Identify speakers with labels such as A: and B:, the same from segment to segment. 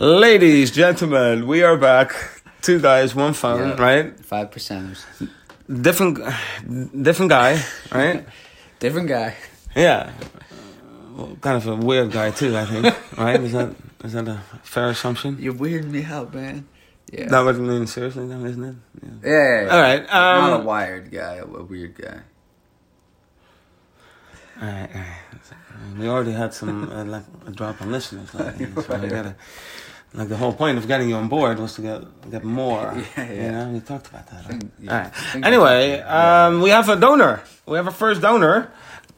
A: Ladies, gentlemen, we are back. Two guys, one phone,
B: Yeah.
A: right?
B: Five percenters.
A: Different, different guy, right?
B: Different guy.
A: yeah. Well, kind of a weird guy too, I think. right? Is that is that a fair assumption?
B: You're weirding me out, man. Yeah.
A: That would mean seriously, then, isn't it? Yeah.
B: Yeah. yeah, yeah.
A: All right. Um,
B: Not a wired guy, a weird guy.
A: All right, all right. We already had some uh, like a drop on listeners, like, you know, so we
B: Right.
A: gotta, like the whole point of getting you on board was to get get more.
B: Yeah,
A: You
B: yeah.
A: know, we talked about that. Right?
B: yeah,
A: All right.
B: think
A: Anyway,
B: that's- yeah.
A: um, we have a donor. We have a first donor,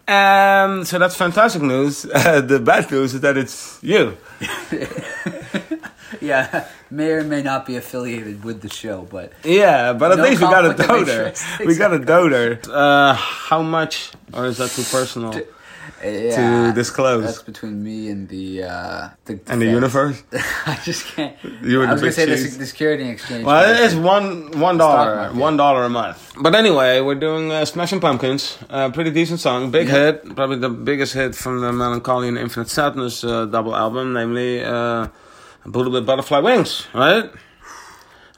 A: um, so that's fantastic news. the bad news is that it's you.
B: Yeah. May or may not be affiliated with the show, but
A: Yeah, but at
B: No
A: least we got a
B: conflict of
A: donor.
B: interest.
A: We got a donor. Uh, how much, or is that too personal
B: uh, yeah,
A: to disclose?
B: That's between me and the uh, the,
A: and the
B: feds.
A: universe.
B: I just can't.
A: You and
B: I was
A: the
B: gonna
A: big
B: say the,
A: cheese.
B: the security exchange.
A: Well,
B: but
A: it is one one
B: Stock
A: dollar,
B: market.
A: one dollar a month. But anyway, we're doing uh, Smashing Pumpkins, a pretty decent song, big hit, probably the biggest hit from the Melancholy and Infinite Sadness uh, double album, namely uh, "Buddha with Butterfly Wings." Right?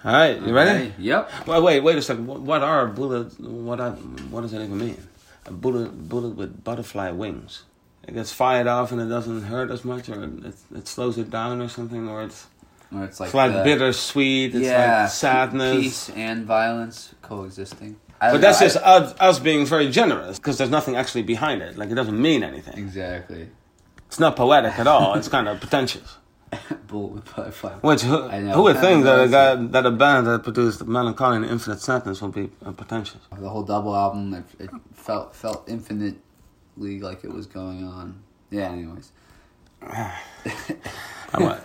A: All right, you ready?
B: Hey, yep.
A: Well, wait, wait a second. What, what are Buddha? What are, what does that even mean? A Buddha, Buddha with butterfly wings. It gets fired off and it doesn't hurt as much, or it, it slows it down, or something, or it's
B: Or it's like
A: it's like
B: the-
A: bittersweet. It's
B: yeah,
A: like sadness.
B: peace and violence coexisting.
A: But
B: I don't
A: that's
B: know,
A: just
B: I-
A: us, us being very generous because there's nothing actually behind it. Like it doesn't mean anything.
B: exactly.
A: It's not poetic at all. it's kind of pretentious.
B: Bull with butterfly.
A: Which who,
B: I know.
A: who would think that a guy,
B: That's
A: that a band that produced Melancholy and Infinite Sadness would be uh, pretentious?
B: The whole double album, it, it felt felt infinitely like it was going on. Yeah. Anyways,
A: I might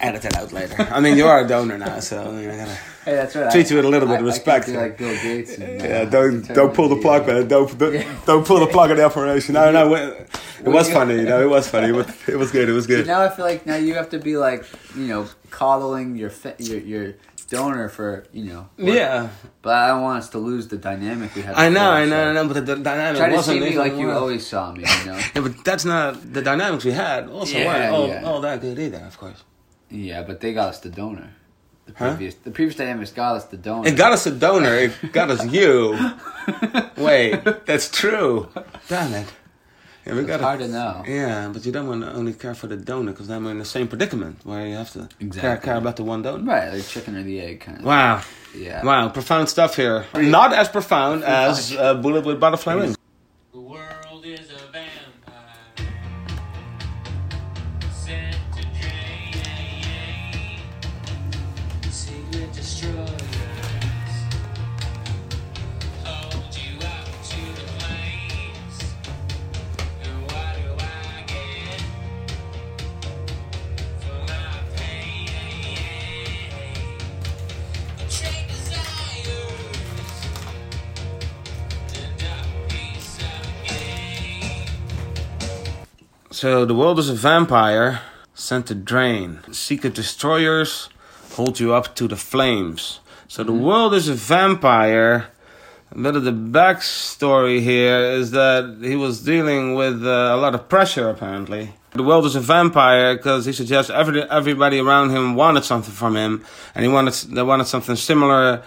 A: edit it out later. I mean, you are a donor now, so I mean, I gotta
B: hey, that's right.
A: treat
B: I-
A: you with a little bit of
B: I- I
A: respect.
B: could be like Bill Gates. And, uh,
A: yeah, don't
B: determine
A: don't pull the plug,
B: uh,
A: man. Don't don't,
B: Yeah.
A: don't pull the plug on the operation. No, no, it, it was
B: you-
A: funny. You know, it was funny. It was, it was good. It was good.
B: Now I feel like now you have to be like you know coddling your fa- your your donor for you know. work.
A: Yeah,
B: But I don't want us to lose the dynamic we had.
A: I know,
B: before,
A: I know,
B: so-
A: I know. But the, the dynamic
B: Try to
A: wasn't
B: see me
A: even
B: like you
A: worth-
B: always saw me, you know?
A: Yeah, but that's not the dynamics we had. Also,
B: Yeah,
A: weren't all,
B: yeah.
A: all Oh, that good either, of course.
B: yeah, but they got us the donor. The
A: Huh?
B: previous, the previous dynamics got us the donor.
A: It got us a donor. It got us you. Wait, that's true. Damn it. Yeah, we
B: It's
A: gotta-
B: hard to know.
A: Yeah, but you don't want to only care for the donor because then we're in the same predicament where you have to care,
B: Exactly.
A: care about the one donor.
B: right, like chicken or the egg kind of.
A: Wow.
B: Yeah.
A: Wow, profound stuff here. Not as profound as uh, Bullet with Butterfly Wings.
C: The world is a vampire. Sent to drain. Secret destroyers. Hold you up to the flames. And what do I get? For my pain. Trade desires. End up peace again.
A: So the world is a vampire sent to drain. Secret destroyers hold you up to the flames. So the world is a vampire. A bit of the backstory here is that he was dealing with uh, a lot of pressure apparently. The world is a vampire because he suggests every, everybody around him wanted something from him, and he wanted they wanted something similar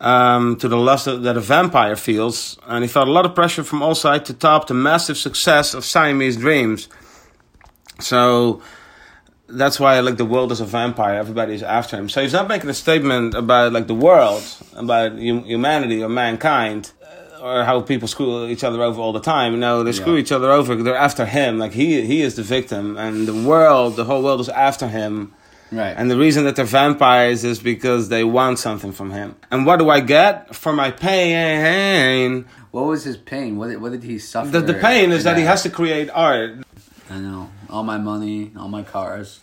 A: um, to the lust that that a vampire feels, and he felt a lot of pressure from all sides to top the massive success of Siamese Dreams. So that's why like the world is a vampire. Everybody's after him. So he's not making a statement about like the world, about hum- humanity or mankind, uh, or how people screw each other over all the time. No, they screw
B: Yeah.
A: each other over. They're after him. Like he he is the victim, and the world, the whole world is after him.
B: Right.
A: And the reason that they're vampires is because they want something from him. And what do I get for my pain?
B: what was his pain? What did, what did he suffer?
A: The, the pain is
B: in
A: that he has to create art.
B: I know. All my money, all my cars.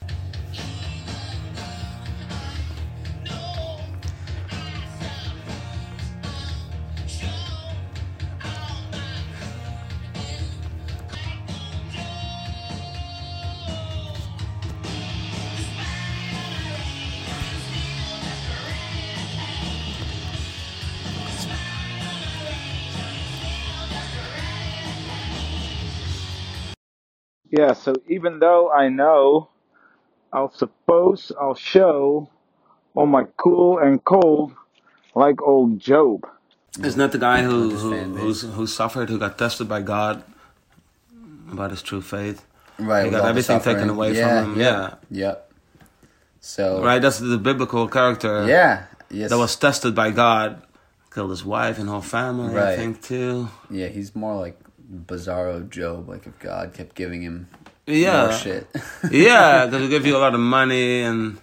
D: Yeah, so even though I know I'll suppose I'll show on my cool and cold like old Job.
A: Isn't that the guy who
B: his
A: who
B: fan base.
A: who's, who suffered, who got tested by God about his true faith? He
B: Right. with
A: got
B: all the
A: everything taken
B: suffering.
A: away
B: Yeah,
A: from him.
B: Yep.
A: Yeah.
B: Yep. So.
A: Right, that's the biblical character.
B: Yeah. Yes.
A: That was tested by God. Killed his wife and whole family, I
B: Right.
A: think too.
B: Yeah, he's more like Bizarro Job. Like if God kept giving him
A: Yeah.
B: more shit.
A: yeah, because they give you a lot of money and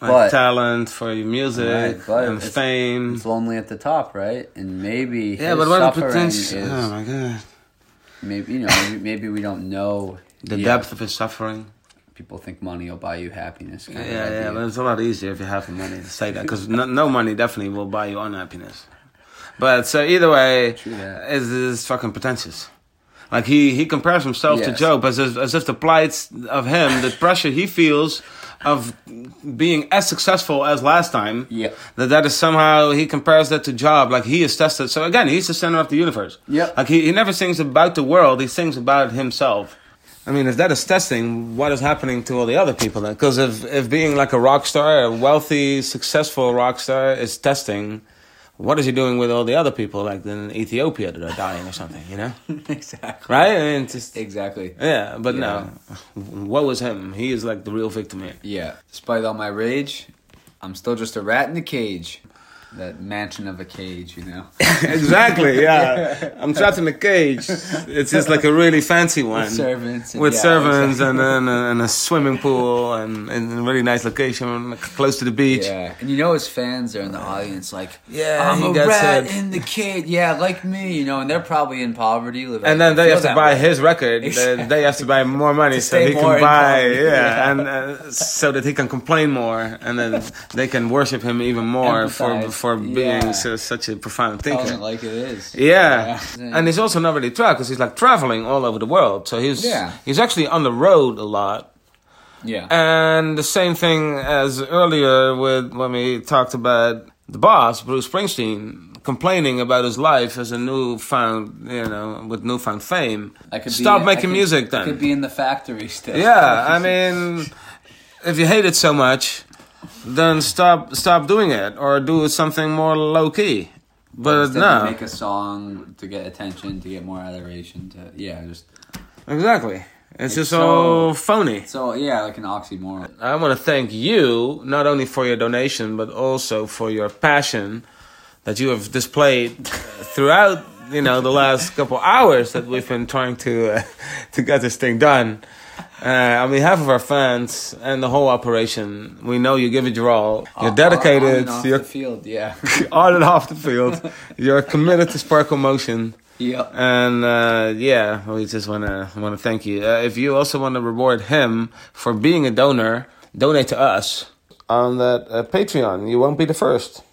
A: like,
B: But-
A: talent for your
B: Right,
A: music
B: but
A: and
B: it's-
A: fame.
B: It's lonely at the top, right? And maybe
A: yeah,
B: his
A: but what the
B: suffering
A: potential?
B: is
A: Oh my god,
B: maybe you know maybe, maybe we don't know
A: the
B: yeah,
A: depth of his suffering.
B: People think money will buy you happiness. Kind
A: Yeah,
B: of
A: yeah,
B: idea.
A: but it's a lot easier if you have the money to say that because no, no money definitely will buy you unhappiness. But so either way,
B: True that.
A: is is fucking pretentious. Like he he compares himself to
B: Yes.
A: Job as if, as if the plight of him, the pressure he feels of being as successful as last time.
B: Yeah.
A: That that is somehow he compares that to Job. Like he is tested. So again, he's the center of the universe.
B: Yeah.
A: Like he, he never sings about the world. He sings about himself. I mean, if that is testing, what is happening to all the other people? Because if, if being like a rock star, a wealthy, successful rock star is testing, what is he doing with all the other people, like in Ethiopia that are dying or something, you know?
B: exactly.
A: Right? I mean, just,
B: Exactly.
A: yeah, but no. Woe is him. He is like the real victim here.
B: Yeah. Despite all my rage, I'm still just a rat in a cage. That mansion of a cage, you know.
A: exactly, yeah. I'm trapped in a cage. It's just like a really fancy one.
B: servants. and-
A: with
B: yeah,
A: servants
B: exactly.
A: and, and, and a swimming pool and, and a really nice location close to the beach.
B: Yeah, and you know his fans are in the audience, like,
A: Yeah,
B: I'm
A: he
B: a
A: gets
B: rat
A: it.
B: in the kid, yeah, like me, you know, and they're probably in poverty. Like,
A: and then they
B: feel
A: have to
B: that
A: buy
B: way.
A: his record. They, they have to buy more money so
B: stay
A: he
B: more
A: can
B: in
A: buy,
B: poverty.
A: yeah,
B: Yeah.
A: and uh, so that he can complain more, and then they can worship him even more for
B: Empathize.
A: for being
B: Yeah.
A: so, such a profound
B: Tells
A: thinker.
B: it like it is.
A: yeah.
B: Yeah.
A: and he's also not really trapped because he's like traveling all over the world. So he's
B: Yeah.
A: he's actually on the road a lot.
B: Yeah.
A: And the same thing as earlier with when we talked about the boss, Bruce Springsteen, complaining about his life as a newfound, you know, with newfound fame.
B: I could be-
A: Stop
B: I
A: making
B: could-
A: music
B: I could
A: then.
B: be in the factory still.
A: Yeah, I mean, if you hate it so much, then stop stop doing it or do something more low key. But
B: Instead, you
A: no,
B: Make a song to get attention, to get more adoration, to, yeah, just,
A: exactly. It's, just
B: so-
A: all phony.
B: so, yeah, like an oxymoron.
A: I want to thank you not only for your donation but also for your passion that you have displayed throughout you know the last couple hours that we've been trying to uh, to get this thing done. Uh, on behalf of our fans and the whole operation, we know you give it your all. You're
B: On
A: dedicated.
B: and off
A: you're
B: the field, yeah.
A: on and off the field. You're committed to Sparkle Motion.
B: yep.
A: And uh, yeah, we just wanna wanna thank you. Uh, if you also want to reward him for being a donor, donate to us on that uh, Patreon. You won't be the first.